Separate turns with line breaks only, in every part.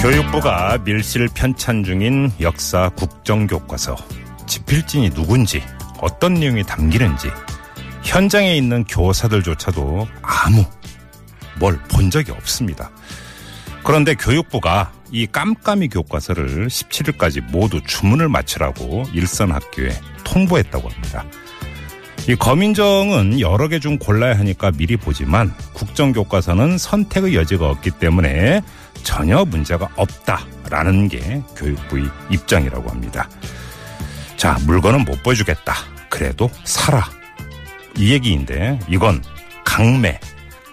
교육부가 밀실 편찬 중인 역사 국정교과서 집필진이 누군지 어떤 내용이 담기는지 현장에 있는 교사들조차도 아무 뭘 본 적이 없습니다. 그런데 교육부가 이 깜깜이 교과서를 17일까지 모두 주문을 마치라고 일선 학교에 통보했다고 합니다. 이 검인정은 여러 개 중 골라야 하니까 미리 보지만 국정교과서는 선택의 여지가 없기 때문에 전혀 문제가 없다라는 게 교육부의 입장이라고 합니다. 자, 물건은 못 보여주겠다. 그래도 사라. 이 얘기인데 이건 강매.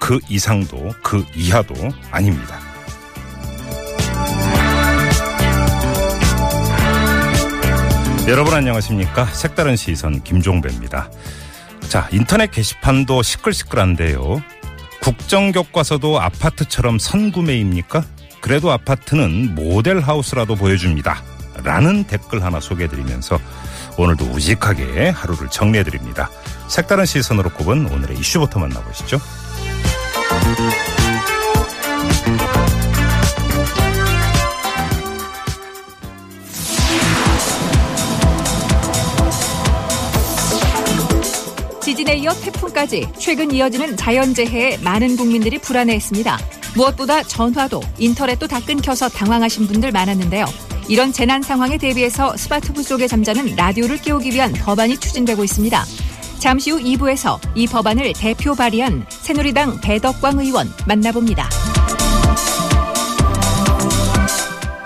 그 이상도 그 이하도 아닙니다. 여러분 안녕하십니까? 색다른 시선 김종배입니다. 자, 인터넷 게시판도 시끌시끌한데요. 국정교과서도 아파트처럼 선구매입니까? 그래도 아파트는 모델하우스라도 보여줍니다. 라는 댓글 하나 소개해드리면서 오늘도 우직하게 하루를 정리해드립니다. 색다른 시선으로 꼽은 오늘의 이슈부터 만나보시죠.
지진에 이어 태풍까지 최근 이어지는 자연재해에 많은 국민들이 불안해했습니다. 무엇보다 전화도 인터넷도 다 끊겨서 당황하신 분들 많았는데요. 이런 재난 상황에 대비해서 스마트폰 속에 잠자는 라디오를 깨우기 위한 법안이 추진되고 있습니다. 잠시 후 2부에서 이 법안을 대표 발의한 새누리당 배덕광 의원 만나봅니다.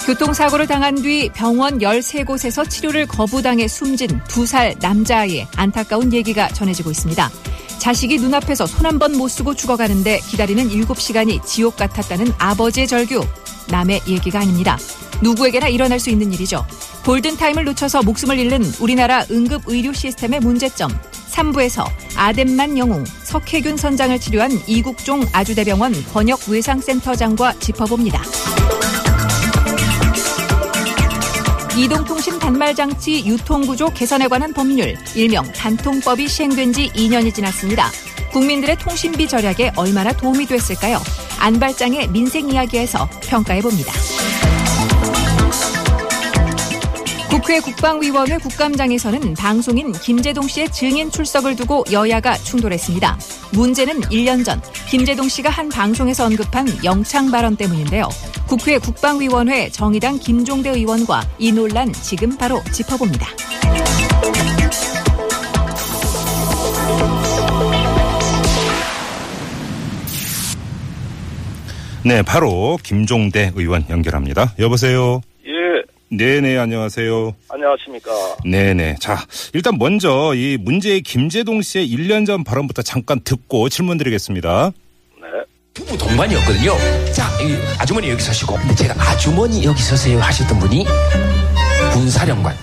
교통사고를 당한 뒤 병원 13곳에서 치료를 거부당해 숨진 2살 남자아이의 안타까운 얘기가 전해지고 있습니다. 자식이 눈앞에서 손 한 번 못 쓰고 죽어가는데 기다리는 7시간이 지옥 같았다는 아버지의 절규. 남의 얘기가 아닙니다. 누구에게나 일어날 수 있는 일이죠. 골든타임을 놓쳐서 목숨을 잃는 우리나라 응급의료 시스템의 문제점. 3부에서 아덴만 영웅, 석혜균 선장을 치료한 이국종 아주대병원 번역외상센터장과 짚어봅니다. 이동통신 단말장치 유통구조 개선에 관한 법률, 일명 단통법이 시행된 지 2년이 지났습니다. 국민들의 통신비 절약에 얼마나 도움이 됐을까요? 안발장의 민생 이야기에서 평가해 봅니다. 국회 국방위원회 국감장에서는 방송인 김재동 씨의 증인 출석을 두고 여야가 충돌했습니다. 문제는 1년 전 김재동 씨가 한 방송에서 언급한 영창 발언 때문인데요. 국회 국방위원회 정의당 김종대 의원과 이 논란 지금 바로 짚어봅니다.
네, 바로 김종대 의원 연결합니다. 여보세요.
예,
네네, 안녕하세요.
안녕하십니까.
네네. 자, 일단 먼저 이 문제의 김재동 씨의 1년 전 발언부터 잠깐 듣고 질문 드리겠습니다.
네.
부부 동반이었거든요. 자, 이 아주머니 여기 서시고, 근데 제가 아주머니 여기 서세요 하셨던 분이 군사령관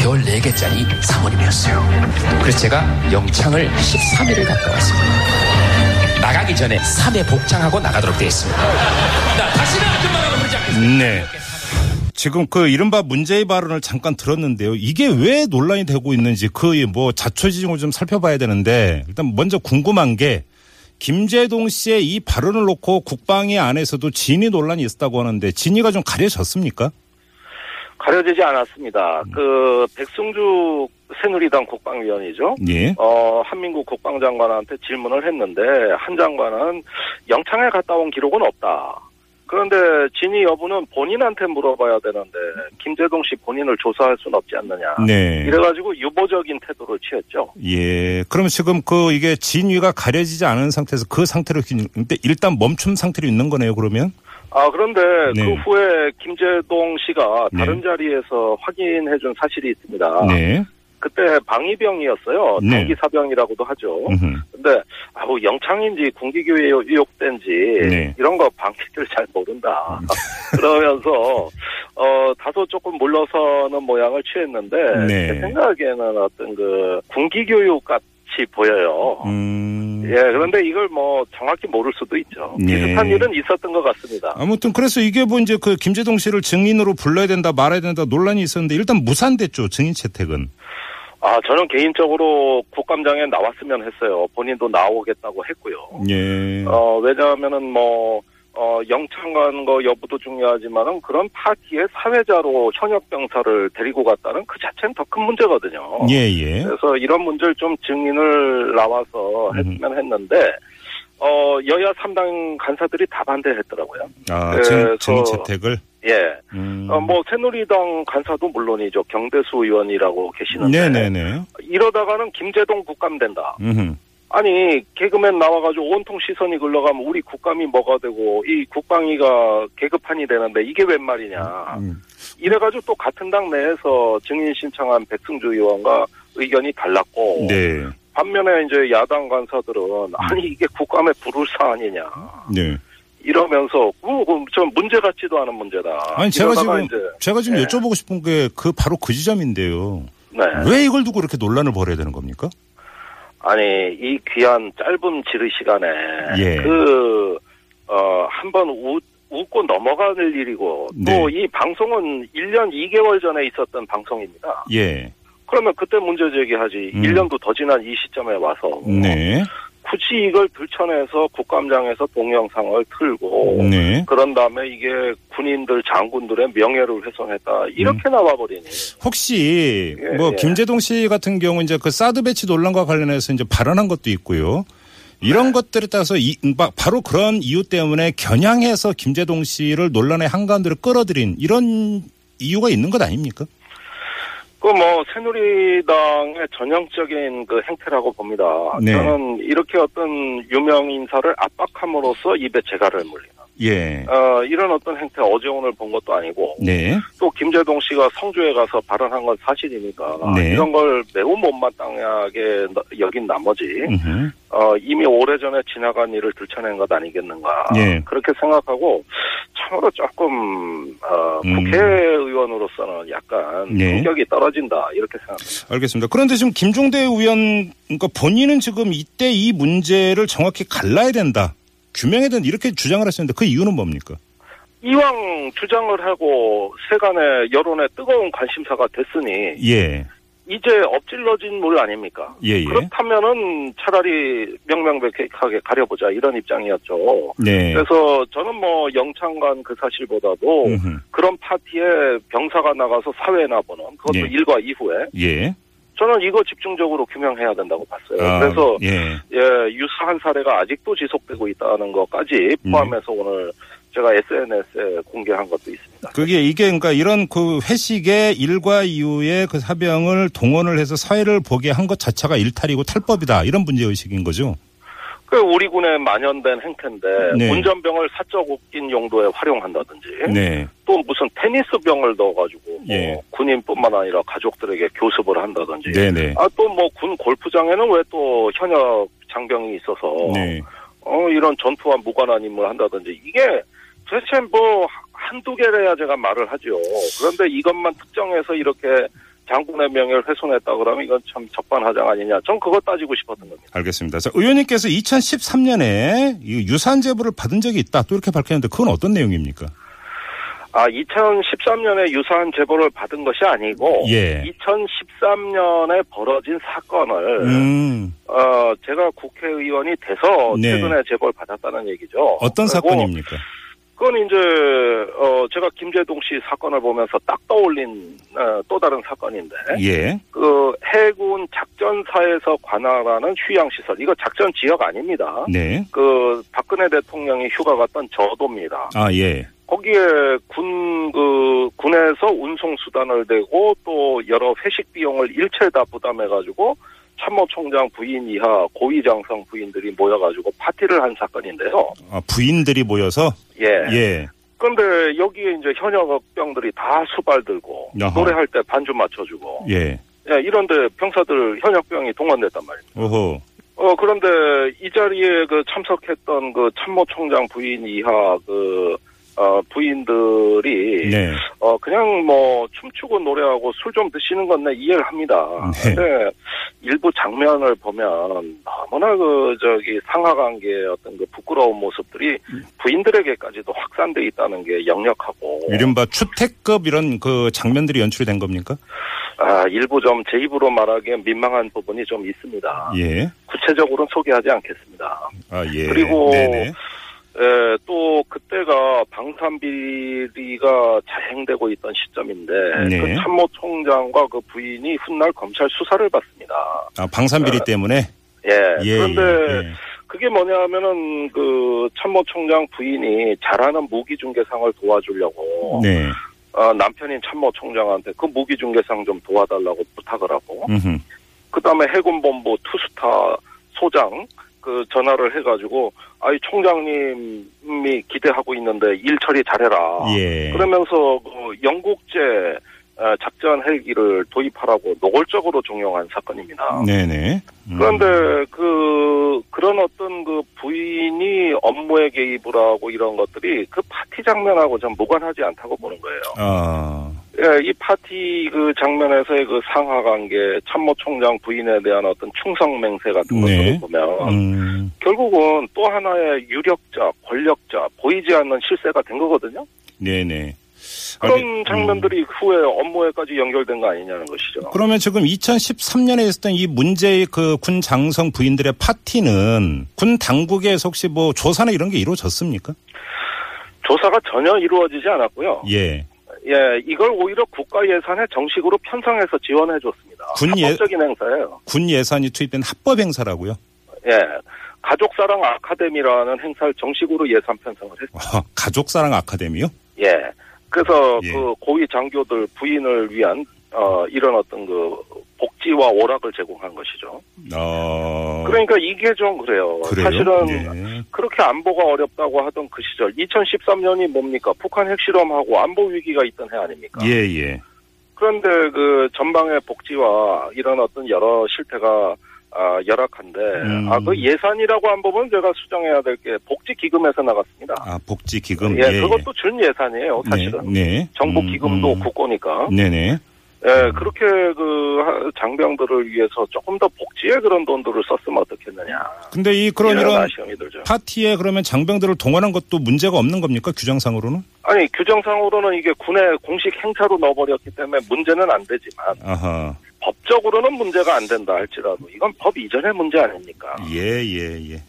별 4개짜리 사모님이었어요. 그래서 제가 영창을 13일을 갔다 왔습니다. 나가기 전에 3회 복장하고 나가도록 되어 있습니다. 나 다시는 아줌마라고 부르지 않겠습니다.
네. 지금 그 이른바 문제의 발언을 잠깐 들었는데요. 이게 왜 논란이 되고 있는지 그 뭐 자초지종을 좀 살펴봐야 되는데 일단 먼저 궁금한 게 김재동 씨의 이 발언을 놓고 국방위 안에서도 진위 논란이 있었다고 하는데 진위가 좀 가려졌습니까?
가려지지 않았습니다. 그, 백승주 새누리당 국방위원이죠.
예.
어, 한민국 국방장관한테 질문을 했는데, 한 장관은 영창에 갔다 온 기록은 없다. 그런데 진위 여부는 본인한테 물어봐야 되는데, 김재동 씨 본인을 조사할 순 없지 않느냐.
네.
이래가지고 유보적인 태도를 취했죠.
예. 그럼 지금 그 이게 진위가 가려지지 않은 상태에서 그 상태로 기- 근데 일단 멈춤 상태로 있는 거네요. 그러면
아, 그런데
네.
그 후에 김재동 씨가 다른
네.
자리에서 확인해준 사실이 있습니다.
네.
그때 방위병이었어요.
네.
단기 사병이라고도 하죠.
음흠.
근데 아우 뭐 영창인지 군기교에 의혹된지
네. 음.
이런 거 방식들 잘 모른다. 그러면서 어 다소 조금 몰라서는 모양을 취했는데
네.
제 생각에는 어떤 그 군기교육 같이 보여요.
음.
예, 그런데 이걸 뭐 정확히 모를 수도 있죠.
네.
비슷한 일은 있었던 것 같습니다.
아무튼 그래서 이게 뭐 이제 그 김재동 씨를 증인으로 불러야 된다 말아야 된다 논란이 있었는데 일단 무산됐죠 증인 채택은.
아, 저는 개인적으로 국감장에 나왔으면 했어요. 본인도 나오겠다고 했고요.
예.
어, 왜냐하면은 뭐, 어, 영창간 거 여부도 중요하지만은 그런 파티의 사회자로 현역병사를 데리고 갔다는 그 자체는 더 큰 문제거든요.
예, 예.
그래서 이런 문제를 좀 증인을 나와서
음.
했으면 했는데, 어, 여야 3당 간사들이 다 반대했더라고요.
아,
예, 그래서-
증, 증인 채택을.
예.
음.
어, 뭐, 새누리당 간사도 물론이죠. 경대수 의원이라고 계시는데.
네네네.
이러다가는 김재동 국감 된다.
음.
아니 개그맨 나와가지고 온통 시선이 굴러가면 우리 국감이 뭐가 되고 이 국방위가 개그판이 되는데 이게 웬 말이냐
음.
이래가지고 또 같은 당 내에서 증인 신청한 백승주 의원과 의견이 달랐고
네.
반면에 이제 야당 간사들은 아니 이게 국감에 부를 사안이냐
네. 이러면서
그좀 문제 같지도 않은 문제다
아니 제가
이러다가
지금
이제,
제가 지금
예.
여쭤보고 싶은 게 그 바로 그 지점인데요.
네.
왜 이걸 두고 이렇게 논란을 벌여야 되는 겁니까?
아니 이 귀한 짧은 지르 시간에
예.
그 어, 한번 웃- 웃고 넘어갈 일이고
네.
또이 방송은 1년 2개월 전에 있었던 방송입니다.
예.
그러면 그때 문제 제기하지
음.
1년도 더 지난 이 시점에 와서
네.
굳이 이걸 들춰내서 국감장에서 동영상을 틀고
네.
그런 다음에 이게 군인들 장군들의 명예를 훼손했다
음.
이렇게 나와버리니
혹시
예,
뭐
예.
김재동 씨 같은 경우 이제 그 사드 배치 논란과 관련해서 이제 발언한 것도 있고요.
네.
이런 것들에 따라서 이, 음, 바- 바로 그런 이유 때문에 겨냥해서 김재동 씨를 논란의 한가운데로 끌어들인 이런 이유가 있는 것 아닙니까?
그 뭐 새누리당의 전형적인 그 행태라고 봅니다.
네.
저는 이렇게 어떤 유명 인사를 압박함으로써 입에 재갈을 물리는
예.
어, 이런 어떤 행태 어제 오늘 본 것도 아니고
네.
또 김재동 씨가 성주에 가서 발언한 건 사실이니까
네.
이런 걸 매우 못마땅하게 너- 여긴 나머지
음흠.
어, 이미 오래전에 지나간 일을 들춰낸 것 아니겠는가
예.
그렇게 생각하고 참으로 조금 어,
음.
국회의원으로서는 약간
네.
공격이 떨어진다 이렇게 생각합니다.
알겠습니다. 그런데 지금 김종대 의원, 그러니까 본인은 지금 이때 이 문제를 정확히 갈라야 된다. 규명해야 된다. 이렇게 주장을 하시는데 그 이유는 뭡니까?
이왕 주장을 하고 세간의 여론의 뜨거운 관심사가 됐으니
예.
이제 엎질러진 물 아닙니까?
예, 예.
그렇다면은 차라리 명명백백하게 가려보자 이런 입장이었죠.
네.
그래서 저는 뭐 영창관 그 사실보다도
음흠.
그런 파티에 병사가 나가서 사회에 나보는 그것도
예.
일과 이후에
예.
저는 이거 집중적으로 규명해야 된다고 봤어요.
아,
네, 그래서
예.
예, 유사한 사례가 아직도 지속되고 있다는 것까지
음.
포함해서 오늘 제가 SNS에 공개한 것도 있습니다.
그게 이게 그러니까 이런 그 회식의 일과 이후에 그 사병을 동원을 해서 사회를 보게 한 것 자체가 일탈이고 탈법이다 이런 문제 의식인 거죠.
그 우리 군의 만연된 행태인데
네.
운전병을 사적 웃긴 용도에 활용한다든지
네.
또 무슨 테니스병을 넣어가지고 뭐
예.
군인뿐만 아니라 가족들에게 교습을 한다든지
네네.
아 또 뭐 군 골프장에는 왜 또 현역 장병이 있어서
네.
어 이런 전투와 무관한 임무를 한다든지 이게 도대체 뭐 한두 개래야 제가 말을 하죠. 그런데 이것만 특정해서 이렇게 장군의 명예를 훼손했다 그러면 이건 참 적반하장 아니냐. 전 그거 따지고 싶었던 겁니다.
알겠습니다. 자, 의원님께서 2013년에 유산 제보를 받은 적이 있다 또 이렇게 밝혔는데 그건 어떤 내용입니까?
아, 2013년에 유사한 제보를 받은 것이 아니고
예.
2013년에 벌어진 사건을
음.
어, 제가 국회의원이 돼서
네.
최근에 제보를 받았다는 얘기죠.
어떤
그리고
사건입니까?
그건 이제 어, 제가 김재동 씨 사건을 보면서 딱 떠올린 어, 또 다른 사건인데
예.
그 해군 작전사에서 관할하는 휴양시설 이거 작전 지역 아닙니다.
네.
그 박근혜 대통령이 휴가 갔던 저도입니다.
아, 예.
거기에 군 그 군에서 운송 수단을 대고 또 여러 회식 비용을 일체 다 부담해 가지고 참모총장 부인 이하 고위장성 부인들이 모여가지고 파티를 한 사건인데요.
아, 부인들이 모여서
예.
예.
그런데 여기에 이제 현역 병들이 다 수발 들고
야하.
노래할 때 반주 맞춰주고
예.
예, 이런데 병사들 현역병이 동원됐단 말입니다.
오호.
어, 그런데 이 자리에 그 참석했던 그 참모총장 부인 이하 그, 어, 부인들이,
네.
어, 그냥 뭐 춤추고 노래하고 술 좀 드시는 건 내 이해를 합니다.
네.
근데 일부 장면을 보면 너무나 그, 저기 상하 관계의 어떤 그 부끄러운 모습들이 부인들에게까지도 확산돼 있다는 게 역력하고.
이른바 추택급 이런 그 장면들이 연출이 된 겁니까?
아, 일부 좀 제 입으로 말하기엔 민망한 부분이 좀 있습니다.
예.
구체적으로는 소개하지 않겠습니다.
아, 예.
그리고
네네.
예, 또 그때가 방탄비리가 자행되고 있던 시점인데
네.
그 참모총장과 그 부인이 훗날 검찰 수사를 받습니다.
아, 방산비리
네.
때문에?
예.
예.
그런데
예, 예.
그게 뭐냐면은 그 참모총장 부인이 잘하는 무기중개상을 도와주려고
네.
어, 남편인 참모총장한테 그 무기중개상 좀 도와달라고 부탁을 하고
음흠.
그다음에 해군본부 투스타 소장 그 전화를 해가지고 아이 총장님이 기대하고 있는데 일 처리 잘해라.
예.
아, 그러면서 그 영국제 어, 작전 헬기를 도입하라고 노골적으로 종용한 사건입니다.
네네. 음.
그런데 그 그런 어떤 그 부인이 업무에 개입을 하고 이런 것들이 그 파티 장면하고 좀 무관하지 않다고 보는 거예요.
아,
예, 이 파티 그 장면에서의 그 상하 관계, 참모총장 부인에 대한 어떤 충성 맹세 같은 것들을
네.
보면
음.
결국은 또 하나의 유력자, 권력자, 보이지 않는 실세가 된 거거든요.
네네.
그런
아니, 음.
장면들이 후에 업무에까지 연결된 거 아니냐는 것이죠.
그러면 지금 2013년에 있었던 이 문제의 그 군 장성 부인들의 파티는 군 당국에서 혹시 뭐 조사나 이런 게 이루어졌습니까?
조사가 전혀 이루어지지 않았고요.
예.
예, 이걸 오히려 국가 예산에 정식으로 편성해서 지원해 줬습니다.
군 예-
합법적인 행사예요.
군 예산이 투입된 합법 행사라고요?
예. 가족사랑 아카데미라는 행사를 정식으로 예산 편성을 했습니다.
아, 가족사랑 아카데미요?
예. 그래서
예.
그 고위 장교들 부인을 위한 어 이런 어떤 그 복지와 오락을 제공한 것이죠.
어.
그러니까 이게 좀 그래요.
그래요?
사실은
예.
그렇게 안보가 어렵다고 하던 그 시절 2013년이 뭡니까? 북한 핵실험하고 안보 위기가 있던 해 아닙니까?
예, 예.
그런데 그 전방의 복지와 이런 어떤 여러 실태가 아, 열악한데
음.
아 그 예산이라고 한 부분 제가 수정해야 될 게 복지 기금에서 나갔습니다.
아, 복지 기금.
예, 그것도 준 예산이에요, 사실은.
네.
정부
음,
기금도
음.
국고니까.
네네.
예, 그렇게 그 하- 장병들을 위해서 조금 더 복지에 그런 돈들을 썼으면 어떻겠느냐.
근데 이 그런
이런
이런
아쉬움이 들죠.
파티에 그러면 장병들을 동원한 것도 문제가 없는 겁니까? 규정상으로는?
아니, 규정상으로는 이게 군의 공식 행사로 넣어버렸기 때문에 문제는 안 되지만
아하.
법적으로는 문제가 안 된다 할지라도 이건 법 이전의 문제 아닙니까?
예, 예, 예.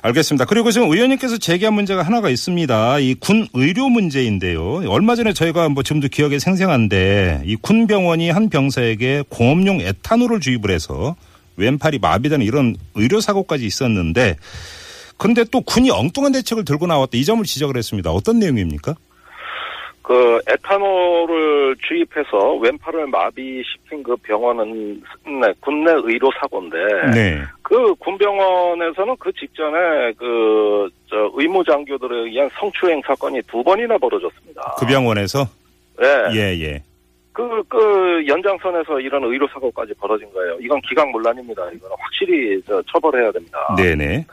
알겠습니다. 그리고 지금 의원님께서 제기한 문제가 하나가 있습니다. 이 군 의료 문제인데요. 얼마 전에 저희가 뭐 지금도 기억에 생생한데 이 군 병원이 한 병사에게 공업용 에탄올을 주입을 해서 왼팔이 마비되는 이런 의료 사고까지 있었는데 그런데 또 군이 엉뚱한 대책을 들고 나왔다 이 점을 지적을 했습니다. 어떤 내용입니까?
그 에탄올을 주입해서 왼팔을 마비시킨 그 병원은 네, 군내 의료 사고인데
네.
그 군병원에서는 그 직전에 그, 저, 의무 장교들에 의한 성추행 사건이 두 번이나 벌어졌습니다.
그 병원에서
예.
예, 예.
그, 그, 연장선에서 이런 의료사고까지 벌어진 거예요. 이건 기각문란입니다. 이거는 확실히, 저, 처벌해야 됩니다.
네, 네.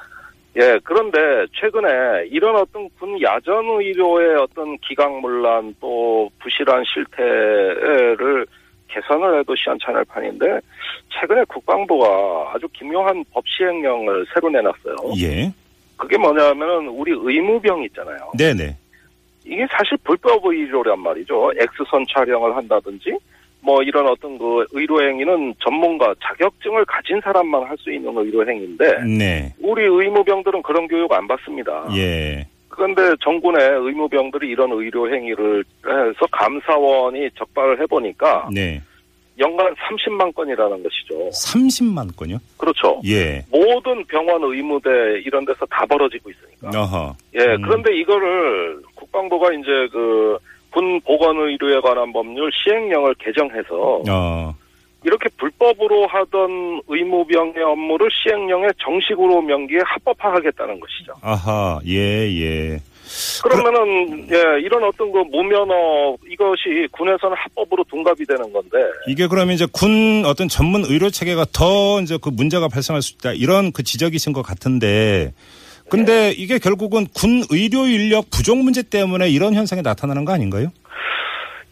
예, 그런데 최근에 이런 어떤 군 야전 의료의 어떤 기각문란 또 부실한 실태를 개선을 해도 시한찮을 판인데 최근에 국방부가 아주 기묘한 법 시행령을 새로 내놨어요.
예.
그게 뭐냐면은 우리 의무병 있잖아요.
네, 네.
이게 사실 불법 의료란 말이죠. 엑스선 촬영을 한다든지 뭐 이런 어떤 그 의료 행위는 전문가 자격증을 가진 사람만 할 수 있는 의료 행위인데
네.
우리 의무병들은 그런 교육 안 받습니다.
예.
그런데 정군의 의무병들이 이런 의료 행위를 해서 감사원이 적발을 해보니까
네.
연간 30만 건이라는 것이죠.
30만 건요?
그렇죠.
예.
모든 병원 의무대 이런 데서 다 벌어지고 있으니까.
어허.
예,
음.
그런데 이거를 국방부가 이제 그 군 보건 의료에 관한 법률 시행령을 개정해서
어.
이렇게 불법으로 하던 의무병의 업무를 시행령에 정식으로 명기해 합법화하겠다는 것이죠.
아하, 예, 예.
그러면은 예 이런 어떤 그 무면허 이것이 군에서는 합법으로 둔갑이 되는 건데
이게 그러면 이제 군 어떤 전문 의료 체계가 더 이제 그 문제가 발생할 수 있다 이런 그 지적이신 것 같은데
네.
근데 이게 결국은 군 의료 인력 부족 문제 때문에 이런 현상이 나타나는 거 아닌가요?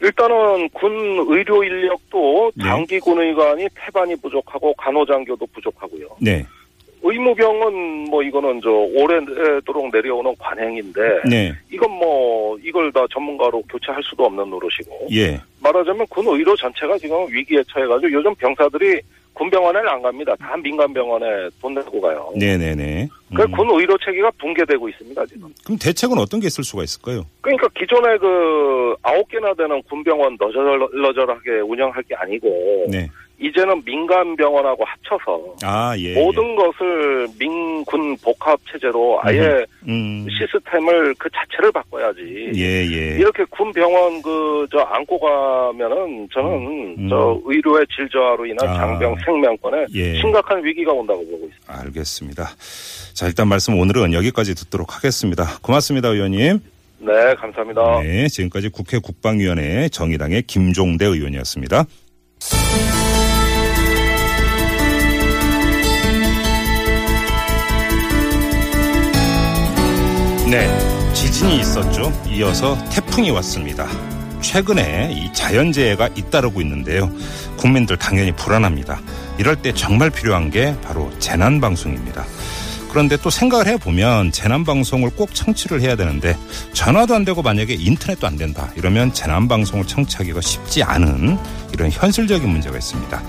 일단은 군 의료 인력도
네.
장기 군의관이 태반이 부족하고 간호장교도 부족하고요.
네,
의무병은 뭐 이거는 저 오래도록 내려오는 관행인데
네,
이건 뭐 이걸 다 전문가로 교체할 수도 없는 노릇이고
예,
말하자면 군 의료 전체가 지금 위기에 처해가지고 요즘 병사들이 군병원에는 안 갑니다. 다 민간병원에 돈 내고 가요.
네, 네, 네.
그래서 군 의료 체계가 붕괴되고 있습니다 지금.
그럼 대책은 어떤 게 있을 수가 있을까요?
그러니까 기존에 그 아홉 개나 되는 군병원 너저러저러하게 운영할 게 아니고
네,
이제는 민간 병원하고 합쳐서
아 예,
모든 것을 민군 복합 체제로 아예
예. 음,
시스템을 그 자체를 바꿔야지.
예, 예,
이렇게 군 병원 그 저 안고 가면은 저는
음.
저 의료의 질 저하로 인한
아.
장병 생명권에
예.
심각한 위기가 온다고 보고 있습니다.
알겠습니다. 자 일단 말씀 오늘은 여기까지 듣도록 하겠습니다. 고맙습니다, 의원님.
네, 감사합니다.
네, 지금까지 국회 국방위원회 정의당의 김종대 의원이었습니다. 네, 지진이 있었죠. 이어서 태풍이 왔습니다. 최근에 이 자연재해가 잇따르고 있는데요. 국민들 당연히 불안합니다. 이럴 때 정말 필요한 게 바로 재난방송입니다. 그런데 또 생각을 해보면 재난방송을 꼭 청취를 해야 되는데 전화도 안 되고 만약에 인터넷도 안 된다 이러면 재난방송을 청취하기가 쉽지 않은 이런 현실적인 문제가 있습니다.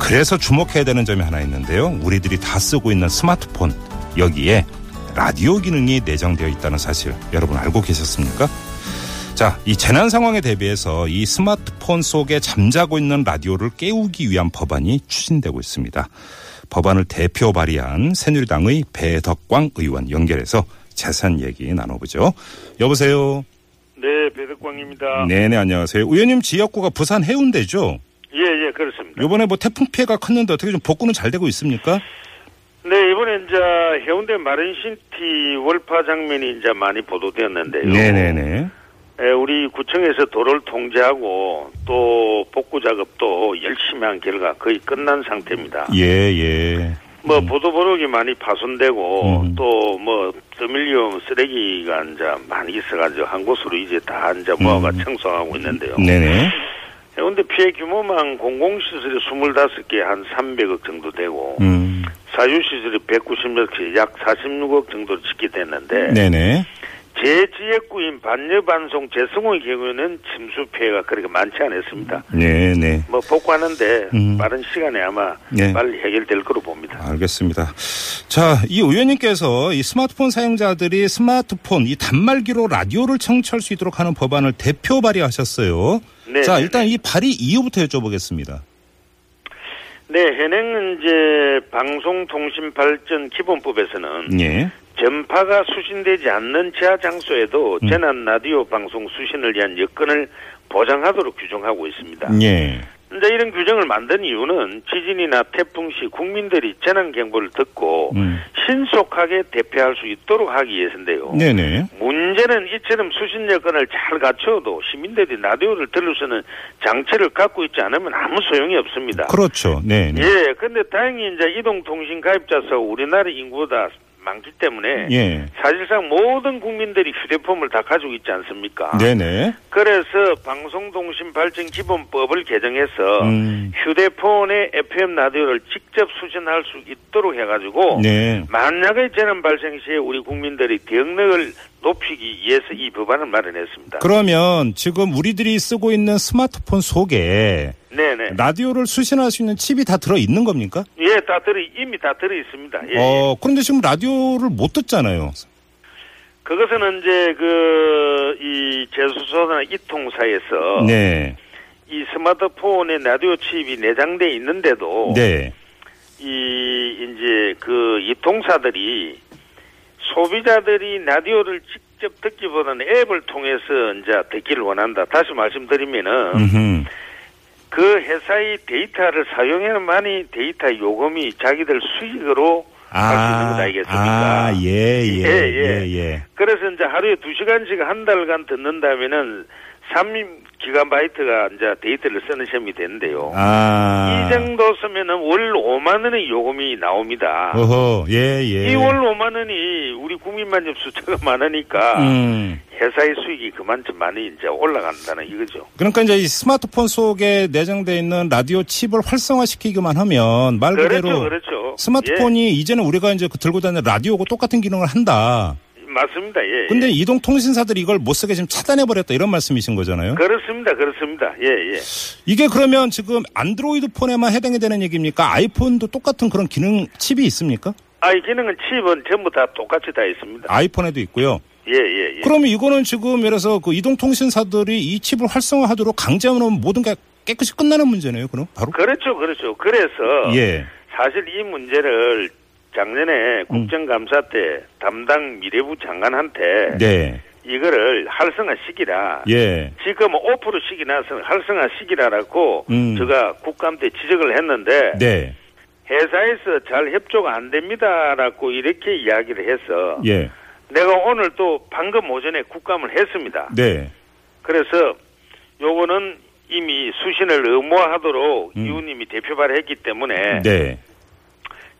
그래서 주목해야 되는 점이 하나 있는데요. 우리들이 다 쓰고 있는 스마트폰 여기에 라디오 기능이 내장되어 있다는 사실 여러분 알고 계셨습니까? 자, 이 재난 상황에 대비해서 이 스마트폰 속에 잠자고 있는 라디오를 깨우기 위한 법안이 추진되고 있습니다. 법안을 대표 발의한 새누리당의 배덕광 의원 연결해서 재산 얘기 나눠보죠. 여보세요.
네,
아.
배덕광입니다.
네네 안녕하세요. 의원님 지역구가 부산 해운대죠.
예, 예, 그렇습니다.
요번에 뭐 태풍 피해가 컸는데 어떻게 좀 복구는 잘 되고 있습니까?
네, 이번에 이제 해운대 마른신티 월파 장면이 이제 많이 보도되었는데요.
네네네.
예, 우리 구청에서 도로를 통제하고 또 복구 작업도 열심히 한 결과 거의 끝난 상태입니다.
예. 예예.
뭐 보도보록이 많이 파손되고
음.
또 뭐 드밀리움 쓰레기가 이제 많이 있어가지고 한 곳으로 이제 다 이제 모아가
음.
청소하고 있는데요.
네네.
해운대 피해 규모만 공공시설이 25개 한 300억 정도 되고
음.
사유시설이 190억, 약 46억 정도로 집계됐는데
음. 네네.
제 지역구인 반려반송 재승호의 경우에는 침수 피해가 그렇게 많지 않았습니다.
네네.
뭐 복구하는데
음.
빠른 시간에 아마
네.
빨리 해결될 거로 봅니다.
알겠습니다. 자, 이 의원님께서 이 스마트폰 사용자들이 스마트폰 이 단말기로 라디오를 청취할 수 있도록 하는 법안을 대표 발의하셨어요.
네.
자, 일단 이 발의 이유부터 여쭤보겠습니다.
네, 현행 이제 방송통신발전 기본법에서는
예.
전파가 수신되지 않는 지하 장소에도
음.
재난 라디오 방송 수신을 위한 여건을 보장하도록 규정하고 있습니다.
예.
이제 이런 규정을 만든 이유는 지진이나 태풍 시 국민들이 재난 경보를 듣고
음.
신속하게 대피할 수 있도록 하기 위해서인데요.
네네.
문제는 이처럼 수신 여건을 잘 갖춰도 시민들이 라디오를 들을 수는 장치를 갖고 있지 않으면 아무 소용이 없습니다.
그렇죠. 네네.
예, 근데 다행히 이제 이동통신 가입자 수 우리나라 인구보다 많기 때문에
예.
사실상 모든 국민들이 휴대폰을 다 가지고 있지 않습니까?
네네.
그래서 방송통신발전기본법을 개정해서
음.
휴대폰에 FM 라디오를 직접 수신할 수 있도록 해가지고
네.
만약에 재난 발생 시에 우리 국민들이 대응력을 높이기 위해서 이 법안을 마련했습니다.
그러면 지금 우리들이 쓰고 있는 스마트폰 속에
네네.
라디오를 수신할 수 있는 칩이 다 들어 있는 겁니까?
예, 다 들어 이미 다 들어 있습니다. 예.
어, 그런데 지금 라디오를 못 듣잖아요.
그것은 이제 그 이 제수소나 이통사에서
네.
이 스마트폰에 라디오 칩이 내장돼 있는데도
네.
이 이제 그 이통사들이 소비자들이 라디오를 직접 듣기보다는 앱을 통해서 이제 듣기를 원한다. 다시 말씀드리면은
음흠.
그 회사의 데이터를 사용해야만이 데이터 요금이 자기들 수익으로 할 수 있는 것 아니겠습니까?
아, 예, 예,
예, 예.
예, 예.
그래서 이제 하루에 두 시간씩 한 달간 듣는다면은 3 기가바이트가 이제 데이터를 쓰는 셈이 되는데요.
아.
어, 이 정도 쓰면은 월 5만 원의 요금이 나옵니다.
어허, 예, 예.
이 월 5만 원이 우리 국민만 좀 숫자가 많으니까
음.
회사의 수익이 그만큼 많이 이제 올라간다는 이거죠.
그러니까 이제 이 스마트폰 속에 내장되어 있는 라디오 칩을 활성화시키기만 하면 말 그대로
그렇죠, 그렇죠.
스마트폰이 이제는 우리가 이제 그 들고 다니는 라디오하고 똑같은 기능을 한다.
예, 맞습니다. 예.
근데 이동 통신사들이 이걸 못 쓰게 지금 차단해 버렸다 이런 말씀이신 거잖아요.
그렇습니다. 그렇습니다. 예, 예.
이게 그러면 지금 안드로이드 폰에만 해당이 되는 얘기입니까? 아이폰도 똑같은 그런 기능 칩이 있습니까?
아, 이 기능은 칩은 전부 다 똑같이 다 있습니다.
아이폰에도 있고요.
예, 예, 예.
그러면 이거는 지금 예를 들어서 그 이동 통신사들이 이 칩을 활성화하도록 강제하면 모든 게 깨끗이 끝나는 문제네요. 그럼 바로
그렇죠, 그렇죠. 그래서
예.
사실 이 문제를
음.
작년에 국정감사 때 담당 미래부 장관한테
네.
이거를 활성화시키라.
예.
지금 5%씩이나 활성화시키라라고
음.
제가 국감 때 지적을 했는데
네.
회사에서 잘 협조가 안 됩니다라고 이렇게 이야기를 해서
예.
내가 오늘 또 방금 오전에 국감을 했습니다.
네.
그래서 요거는 이미 수신을 의무화하도록 이웃님이 대표 발의했기 때문에
음. 네.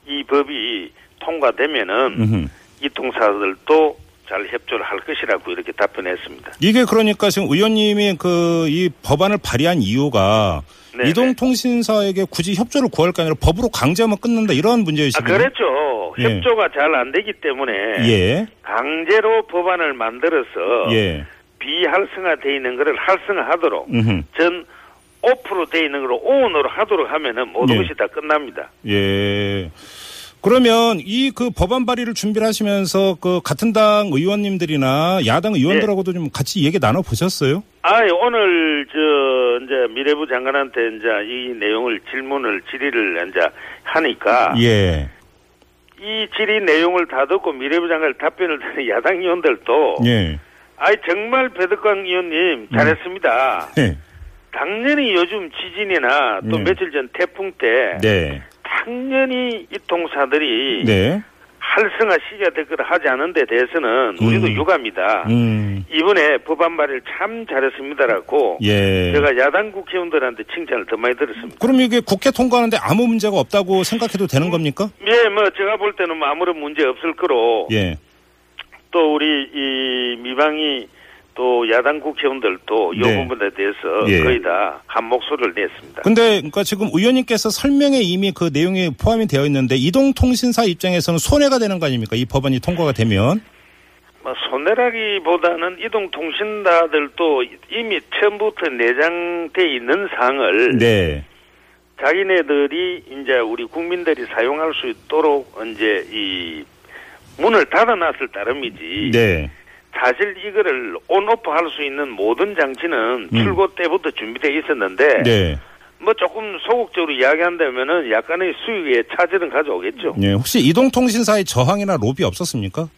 이 법이 통과되면은
음흠.
이 통사들도 잘 협조를 할 것이라고 이렇게 답변했습니다.
이게 그러니까 지금 의원님이 그 이 법안을 발의한 이유가
네네.
이동통신사에게 굳이 협조를 구할 게 아니라 법으로 강제하면 끝난다 이런
아,
문제의식이요.
그렇죠.
예.
협조가 잘 안 되기 때문에
예.
강제로 법안을 만들어서
예.
비활성화돼 있는 것을 활성화하도록
음흠.
전 5%돼 있는 걸로 5원으로 하도록 하면은 모든
예.
것이 다 끝납니다.
예. 그러면 이 그 법안 발의를 준비를 하시면서 그 같은 당 의원님들이나 야당 의원들하고도 좀 같이 얘기 나눠 보셨어요?
아, 오늘 저 이제 미래부 장관한테 이제 이 내용을 질문을 질의를 이제 하니까
예.
이 질의 내용을 다 듣고 미래부 장관 답변을 듣는 야당 의원들도
예.
아이 정말 배덕광 의원님 잘했습니다.
네.
당연히 요즘 지진이나 또
네.
며칠 전 태풍 때
네.
당연히 이 통사들이
네.
활성화 시기가 될 거라 하지 않은 데 대해서는 우리도
음.
유감이다.
음.
이번에 법안 발의를 참 잘했습니다라고
예.
제가 야당 국회의원들한테 칭찬을 더 많이 들었습니다.
그럼 이게 국회 통과하는데 아무 문제가 없다고 생각해도 되는 겁니까?
예, 뭐 제가 볼 때는 뭐 아무런 문제 없을 거로
예.
또 우리 이 미방이 또 야당 국회의원들도 이
네.
부분에 대해서
예.
거의 다 한 목소리를 냈습니다.
근데 그러니까 지금 의원님께서 설명에 이미 그 내용이 포함이 되어 있는데 이동통신사 입장에서는 손해가 되는 거 아닙니까? 이 법안이 통과가 되면.
뭐 손해라기보다는 이동통신사들도 이미 처음부터 내장돼 있는 사항을
네.
자기네들이 이제 우리 국민들이 사용할 수 있도록 이제 이 문을 닫아놨을 따름이지
네.
사실 이거를 온오프 할 수 있는 모든 장치는 출고 때부터 준비되어 있었는데
음. 네.
뭐 조금 소극적으로 이야기한다면은 약간의 수익에 차질은 가져오겠죠.
예, 혹시 이동통신사의 저항이나 로비 없었습니까?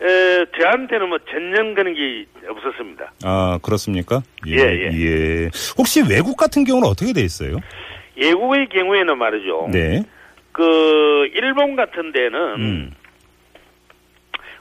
에, 저한테는 뭐 전년 그런 게 없었습니다.
아, 그렇습니까?
예, 예.
예. 혹시 외국 같은 경우는 어떻게 돼 있어요?
예국의 경우에는 말이죠.
네.
그 일본 같은 데는
음.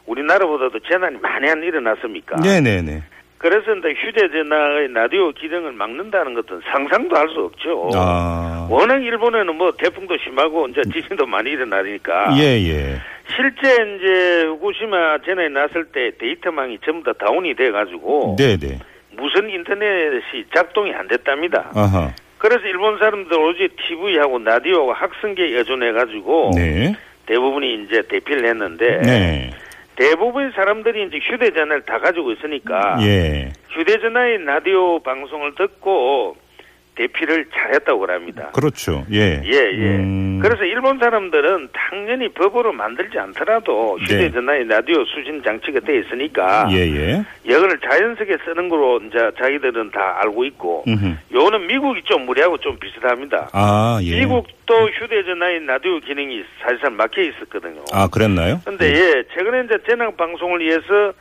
우리나라보다도 재난이 많이 안 일어났습니까?
음. 네네네.
그래서 이제 휴대전화의 라디오 기능을 막는다는 것은 상상도 할 수 없죠.
아.
워낙 일본에는 뭐 태풍도 심하고 이제 지진도 많이 일어나니까
예, 예.
실제 이제 후쿠시마 재난이 났을 때 데이터망이 전부 다 다운이 돼 가지고
네네.
무슨 인터넷이 작동이 안 됐답니다.
아하.
그래서 일본 사람들 오직 TV하고 라디오하고 학생계에 의존해 가지고
네.
대부분이 이제 대피를 했는데
네.
대부분 사람들이 이제 휴대전화를 다 가지고 있으니까
예.
휴대전화의 라디오 방송을 듣고 대피를 잘했다고 합니다.
그렇죠. 예.
예, 예.
음,
그래서 일본 사람들은 당연히 법으로 만들지 않더라도 휴대전화의 라디오 수신 장치가 돼 있으니까
네. 예, 예.
이거를 자연스럽게 쓰는 거로 이제 자기들은 다 알고 있고
음흠.
요거는 미국이 좀 무리하고 좀 비슷합니다.
아, 예.
미국도 휴대전화의 라디오 기능이 사실상 막혀 있었거든요.
아, 그랬나요?
근데 예, 최근에 이제 재난 방송을 위해서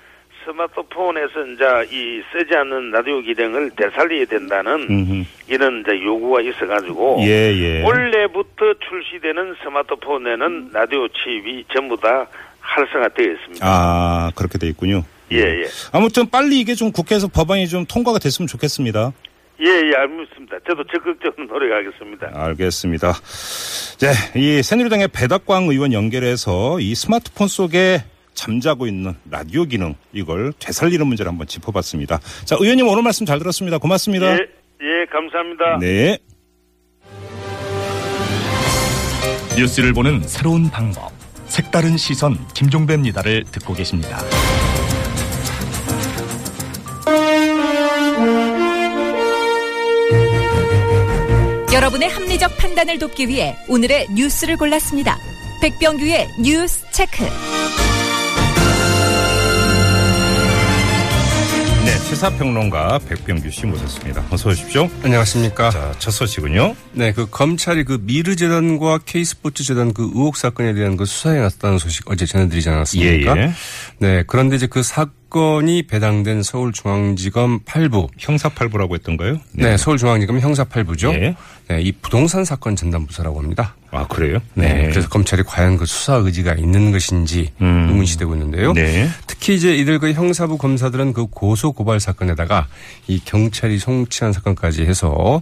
스마트폰에서 이제 이 쓰지 않는 라디오 기능을 되살려야 된다는
음흠.
이런 이제 요구가 있어가지고
예, 예.
올해부터 출시되는 스마트폰에는 라디오 칩이 전부 다 활성화되어 있습니다.
아, 그렇게 돼 있군요.
예, 예.
아무튼 빨리 이게 좀 국회에서 법안이 좀 통과가 됐으면 좋겠습니다.
예, 예, 알겠습니다. 저도 적극적으로 노력하겠습니다.
아, 알겠습니다. 네, 이 새누리당의 배덕광 의원 연결해서 이 스마트폰 속에 잠자고 있는 라디오 기능 이걸 되살리는 문제를 한번 짚어봤습니다. 자, 의원님 오늘 말씀 잘 들었습니다. 고맙습니다.
예, 예, 감사합니다.
네.
뉴스를 보는 새로운 방법. 색다른 시선 김종배입니다를 듣고 계십니다.
여러분의 합리적 판단을 돕기 위해 오늘의 뉴스를 골랐습니다. 백병규의 뉴스 체크.
네, 시사평론가 백병규 씨 모셨습니다. 어서 오십시오.
안녕하십니까.
자, 첫 소식은요.
네, 그 검찰이 그 미르 재단과 K스포츠 재단 그 의혹 사건에 대한 그 수사에 나섰다는 소식 어제 전해드리지 않았습니까?
예, 예.
네, 그런데 이제 그 사건이 배당된 서울중앙지검 8부.
형사팔부라고 했던가요?
네, 서울중앙지검 형사 8부죠.
예.
네, 이 부동산 사건 전담부서라고 합니다.
아, 그래요?
네, 그래서 검찰이 과연 그 수사 의지가 있는 것인지 의문시되고 있는데요.
음. 네.
특히 이제 이들 그 형사부 검사들은 그 고소 고발 사건에다가 이 경찰이 송치한 사건까지 해서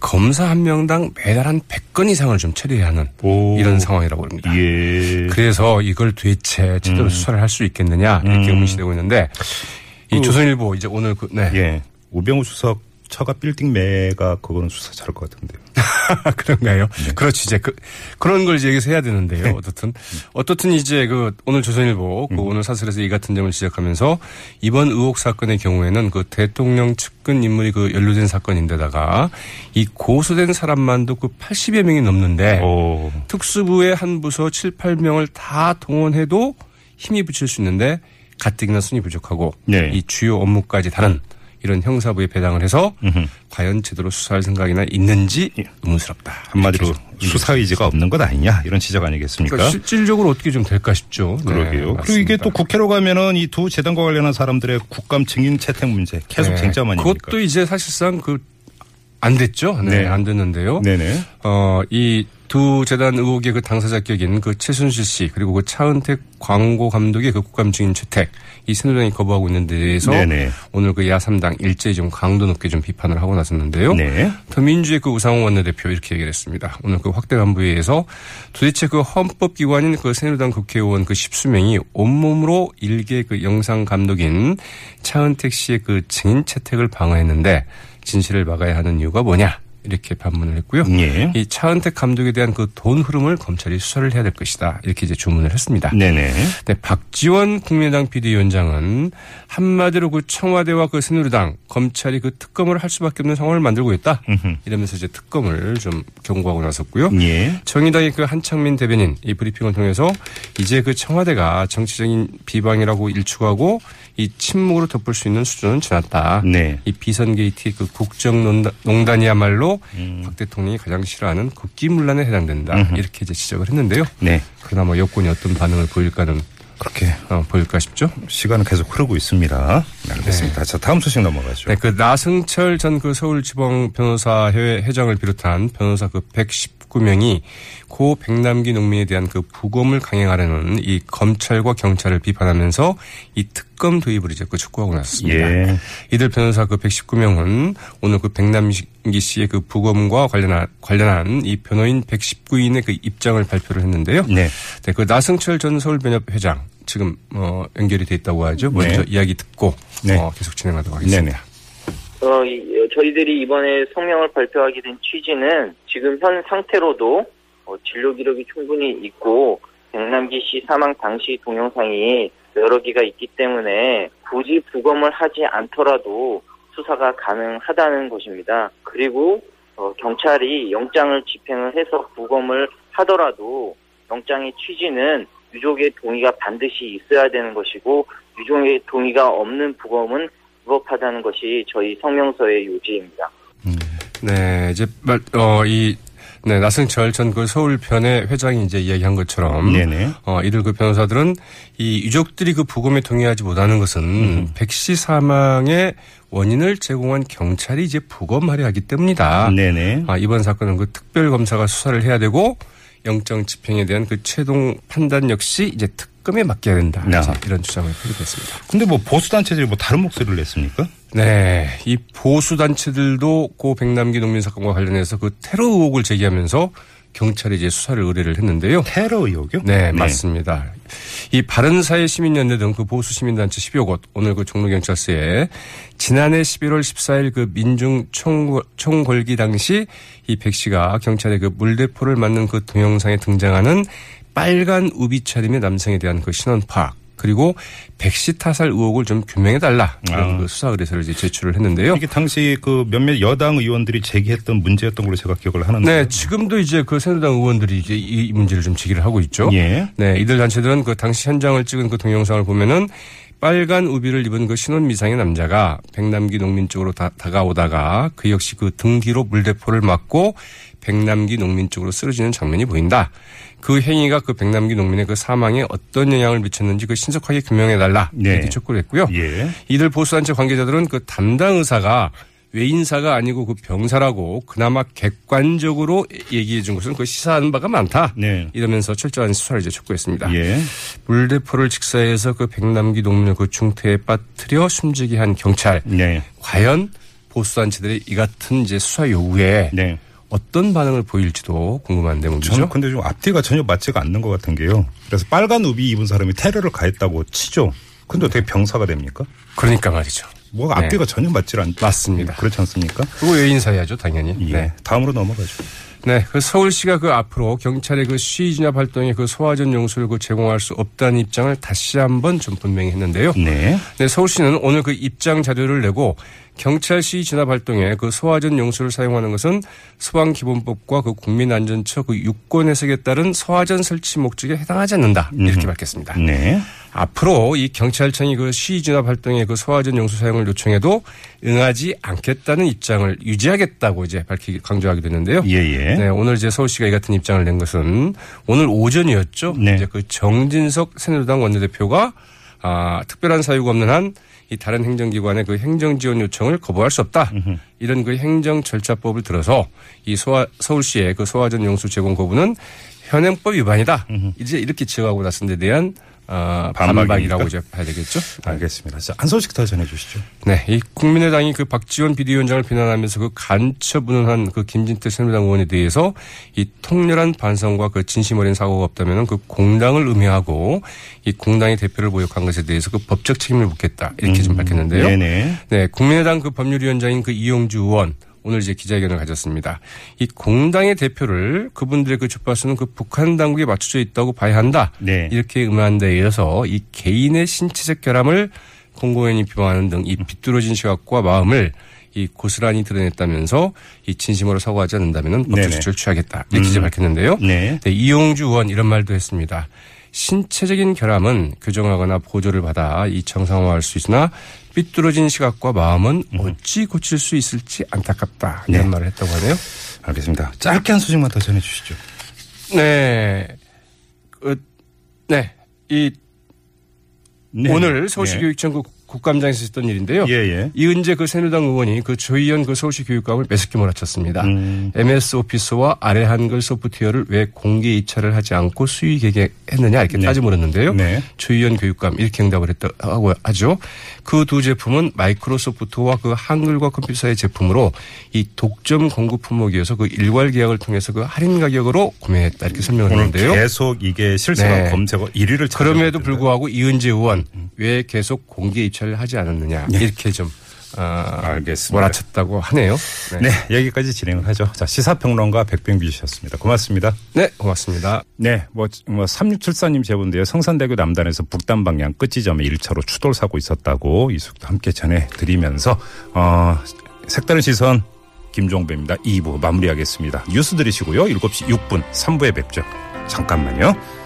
검사 한 명당 매달 한 100건 이상을 좀 처리해야 하는
오.
이런 상황이라고 합니다.
예. 음.
그래서 이걸 도대체 제대로 수사를 할 수 있겠느냐 이렇게 의문시되고 있는데 이 조선일보 이제 오늘 그, 네.
예. 우병우 수석 처가 빌딩 매가 그거는 수사 잘할 것 같은데요.
그런가요? 그렇지 이제 그 그런 걸 이제 여기서 해야 되는데요. 어떻든 어떻든 이제 그 오늘 조선일보 그 오늘 사설에서 이 같은 점을 지적하면서 이번 의혹 사건의 경우에는 그 대통령 측근 인물이 그 연루된 사건인데다가 이 고소된 사람만도 그 80여 명이 넘는데
오.
특수부의 한 부서 7, 8명을 다 동원해도 힘이 붙일 수 있는데 가뜩이나 순이 부족하고
네.
이 주요 업무까지 다른 이런 형사부에 배당을 해서 과연 제대로 수사할 생각이나 있는지 의문스럽다.
예. 한마디로
이렇게 좀
수사 의지가 없는 것 아니냐 이런 지적 아니겠습니까?
그렇죠. 그러니까 실질적으로 어떻게 좀 될까 싶죠. 네,
그러게요. 그리고
맞습니다.
이게 또 국회로 가면은 이 두 재단과 관련한 사람들의 국감 증인 채택 문제 계속
네,
쟁점 아닙니까?
그것도 이제 사실상 그 안 됐죠. 네,
네.
안 됐는데요.
네네.
어, 이 두 재단 의혹의 그 당사자 격인 그 최순실 씨 그리고 그 차은택 광고 감독의 그 국감 증인 채택 이 새누리당이 거부하고 있는 데 대해서
네네.
오늘 그 야삼당 일제히 좀 강도 높게 좀 비판을 하고 나섰는데요.
네.
더민주의 그 우상호 원내대표 이렇게 얘기를 했습니다. 오늘 그 확대 간부에 의해서 도대체 그 헌법기관인 그 새누리당 국회의원 그 십수명이 온몸으로 일개 그 영상 감독인 차은택 씨의 그 증인 채택을 방어했는데 진실을 막아야 하는 이유가 뭐냐 이렇게 반문을 했고요.
예.
이 차은택 감독에 대한 그 돈 흐름을 검찰이 수사를 해야 될 것이다 이렇게 이제 주문을 했습니다.
네네.
네, 박지원 국민의당 비대위원장은 한마디로 그 청와대와 그 새누리당 검찰이 그 특검을 할 수밖에 없는 상황을 만들고 있다. 이러면서 이제 특검을 좀 경고하고 나섰고요.
예.
정의당의 그 한창민 대변인 이 브리핑을 통해서 이제 그 청와대가 정치적인 비방이라고 일축하고 이 침묵으로 덮을 수 있는 수준은 지났다.
네.
이 비선 게이트의 그 국정농단이야말로
음.
박 대통령이 가장 싫어하는 국기문란에 해당된다. 이렇게 이제 지적을 했는데요.
네.
그러나 뭐 여권이 어떤 반응을 보일까는
그렇게
어, 보일까 싶죠.
시간은 계속 흐르고 있습니다. 네, 알겠습니다. 자 다음 소식 넘어가죠.
네, 그 나승철 전 그 서울지방 변호사 회회 회장을 비롯한 변호사 그 119명이 고 백남기 농민에 대한 그 부검을 강행하려는 이 검찰과 경찰을 비판하면서 이 특검 도입을 이제 그 촉구하고 나섰습니다.
예.
이들 변호사 그 119명은 오늘 그 백남기 씨의 그 부검과 관련한 관련한 이 변호인 119인의 그 입장을 발표를 했는데요.
네.
네, 그 나승철 전 서울변협 회장 지금 어 연결이 돼 있다고 하죠. 먼저
네.
이야기 듣고
네.
어, 계속 진행하도록 하겠습니다.
네네.
어, 이- 어, 저희들이 이번에 성명을 발표하게 된 취지는 지금 현 상태로도 어, 진료 기록이 충분히 있고 백남기 씨 사망 당시 동영상이 여러 개가 있기 때문에 굳이 부검을 하지 않더라도 수사가 가능하다는 것입니다. 그리고 어, 경찰이 영장을 집행을 해서 부검을 하더라도 영장의 취지는 유족의 동의가 반드시 있어야 되는 것이고 유족의 동의가 없는 부검은 불법하다는 것이 저희 성명서의 요지입니다.
네, 이제 말, 어, 이 네, 나승철 전 그 서울편의 회장이 이제 이야기한 것처럼
네네.
어, 이들 그 변호사들은 이 유족들이 그 부검에 동의하지 못하는 것은
음.
백씨 사망의 원인을 제공한 경찰이 이제 부검하려 하기 때문이다.
네네.
아, 이번 사건은 그 특별검사가 수사를 해야 되고 영장 집행에 대한 그 최종 판단 역시 이제 특검에 맡겨야 된다.
야.
이제 이런 주장을 펼쳤습니다.
근데 뭐 보수단체들이 뭐 다른 목소리를 냈습니까?
네. 이 보수단체들도 고 백남기 농민 사건과 관련해서 그 테러 의혹을 제기하면서 경찰에 이제 수사를 의뢰를 했는데요.
테러 의혹이요?
네, 맞습니다. 이 바른사회 시민연대 등 그 보수 시민단체 10여 곳 오늘 그 종로경찰서에 지난해 11월 14일 그 민중 총- 총궐기 당시 이 백 씨가 경찰의 그 물대포를 맞는 그 동영상에 등장하는 빨간 우비 차림의 남성에 대한 그 신원 파악 그리고 백 씨 타살 의혹을 좀 규명해 달라 이런
아.
그 수사 의뢰서를 이제 제출을 했는데요.
이게 당시 그 몇몇 여당 의원들이 제기했던 문제였던 걸로 제가 기억을 하는데.
네, 지금도 이제 그 새누리당 의원들이 이제 이 문제를 좀 제기를 하고 있죠.
예.
네, 이들 단체들은 그 당시 현장을 찍은 그 동영상을 보면은 빨간 우비를 입은 그 신혼 미상의 남자가 백남기 농민 쪽으로 다, 가오다가그 역시 그 등 뒤로 물대포를 맞고 백남기 농민 쪽으로 쓰러지는 장면이 보인다. 그 행위가 그 백남기 농민의 그 사망에 어떤 영향을 미쳤는지 그 신속하게 규명해 달라
네.
이렇게 촉구를 했고요.
예.
이들 보수단체 관계자들은 그 담당 의사가 외인사가 아니고 그 병사라고 그나마 객관적으로 얘기해 준 것은 그 시사하는 바가 많다.
네.
이러면서 철저한 수사를 이제 촉구했습니다.
예.
물대포를 직사해서 그 백남기 농민을 그 중태에 빠뜨려 숨지게 한 경찰.
네.
과연 보수단체들이 이 같은 이제 수사 요구에
네.
어떤 반응을 보일지도 궁금한 대목이죠.
저는 근데 좀 앞뒤가 전혀 그- 맞지가 않는 것 같은 게요. 그래서 빨간 우비 입은 사람이 테러를 가했다고 치죠. 근데 어떻게 병사가 됩니까?
그러니까 말이죠.
뭐가 앞뒤가 전혀 맞질 않
맞습니다.
그렇지 않습니까?
그리고 외인사야죠, 당연히.
예.
네.
다음으로 넘어가죠.
네, 그 서울시가 그 앞으로 경찰의 그 시위 진압 활동에 그 소화전 용수를 그 제공할 수 없다는 입장을 다시 한번 좀 분명히 했는데요.
네.
네, 서울시는 오늘 그 입장 자료를 내고 경찰 시위 진압 활동에 그 소화전 용수를 사용하는 것은 소방기본법과 그 국민안전처 그 유권 해석에 따른 소화전 설치 목적에 해당하지 않는다
음.
이렇게 밝혔습니다.
네.
앞으로 이 경찰청이 그 시위 진압 활동에 그 소화전 용수 사용을 요청해도 응하지 않겠다는 입장을 유지하겠다고 이제 밝히 강조하기도 했는데요.
예, 예.
네, 오늘 이제 서울시가 이 같은 입장을 낸 것은 오늘 오전이었죠.
네.
이제 그 정진석 새누리당 원내대표가 아, 특별한 사유가 없는 한 이 다른 행정기관의 그 행정 지원 요청을 거부할 수 없다. 이런 그 행정 절차법을 들어서 이 소화, 서울시의 그 소화전 용수 제공 거부는 현행법 위반이다. 이제 이렇게 지적하고 나선 데 대한 아,
반박입니까?
반박이라고 이제 봐야 되겠죠.
알겠습니다. 자, 한 소식 더 전해주시죠.
네, 이 국민의당이 그 박지원 비대위원장을 비난하면서 그 간첩 운운한 그 김진태 새누리당 의원에 대해서 이 통렬한 반성과 그 진심 어린 사고가 없다면 그 공당을 음해하고 이 공당의 대표를 모욕한 것에 대해서 그 법적 책임을 묻겠다 이렇게 좀 밝혔는데요.
음, 네네.
네, 국민의당 그 법률위원장인 그 이용주 의원 오늘 이제 기자회견을 가졌습니다. 이 공당의 대표를 그분들의 그 주파수는 그 북한 당국에 맞춰져 있다고 봐야 한다.
네.
이렇게 음한 데 이어서 이 개인의 신체적 결함을 공고연이 비방하는 등 이 비뚤어진 시각과 마음을 이 고스란히 드러냈다면서 이 진심으로 사과하지 않는다면
네네. 음.
법적 조치를 취하겠다. 이렇게 이제 밝혔는데요.
네.
네, 이용주 의원 이런 말도 했습니다. 신체적인 결함은 교정하거나 보조를 받아 이 정상화할 수 있으나 삐뚤어진 시각과 마음은 어찌 고칠 수 있을지 안타깝다 이런
네.
말을 했다고 하네요.
알겠습니다. 짧게 한 소식만 더 전해주시죠.
네, 그, 네, 이
네.
오늘
네.
서울시 교육청 국감장에서 있었던 일인데요.
예, 예.
이은재 그 새누리당 의원이 그 조희연 그 서울시 교육감을 매섭게 몰아쳤습니다.
음.
MS 오피스와 아래 한글 소프트웨어를 왜 공개 이차를 하지 않고 수익에게 했느냐 이렇게 따져 물었는데요.
네.
조희연 교육감 이렇게 응답을 했다고 하죠. 그 두 제품은 마이크로소프트와 그 한글과 컴퓨터의 제품으로 이 독점 공급 품목이어서 그 일괄 계약을 통해서 그 할인 가격으로 구매했다 이렇게 설명을
오늘
했는데요.
네. 음, 계속 이게 실시간
네.
검색어 1위를 차지하고
그럼에도
있는데.
불구하고 이은재 의원
음.
왜 계속 공개 입찰을 하지 않았느냐 이렇게 좀 아,
네. 알겠습니다.
몰아쳤다고 하네요. 네.
네. 여기까지 진행을 하죠. 자, 시사평론가 백병규 씨였습니다. 고맙습니다.
네, 고맙습니다.
네, 뭐, 뭐 3674님 제보인데요. 성산대교 남단에서 북단 방향 끝지점에 1차로 추돌 사고 있었다고 이 소식도 함께 전해드리면서 어, 색다른 시선 김종배입니다. 2부 마무리하겠습니다. 뉴스 들으시고요. 7시 6분 3부에 뵙죠. 잠깐만요.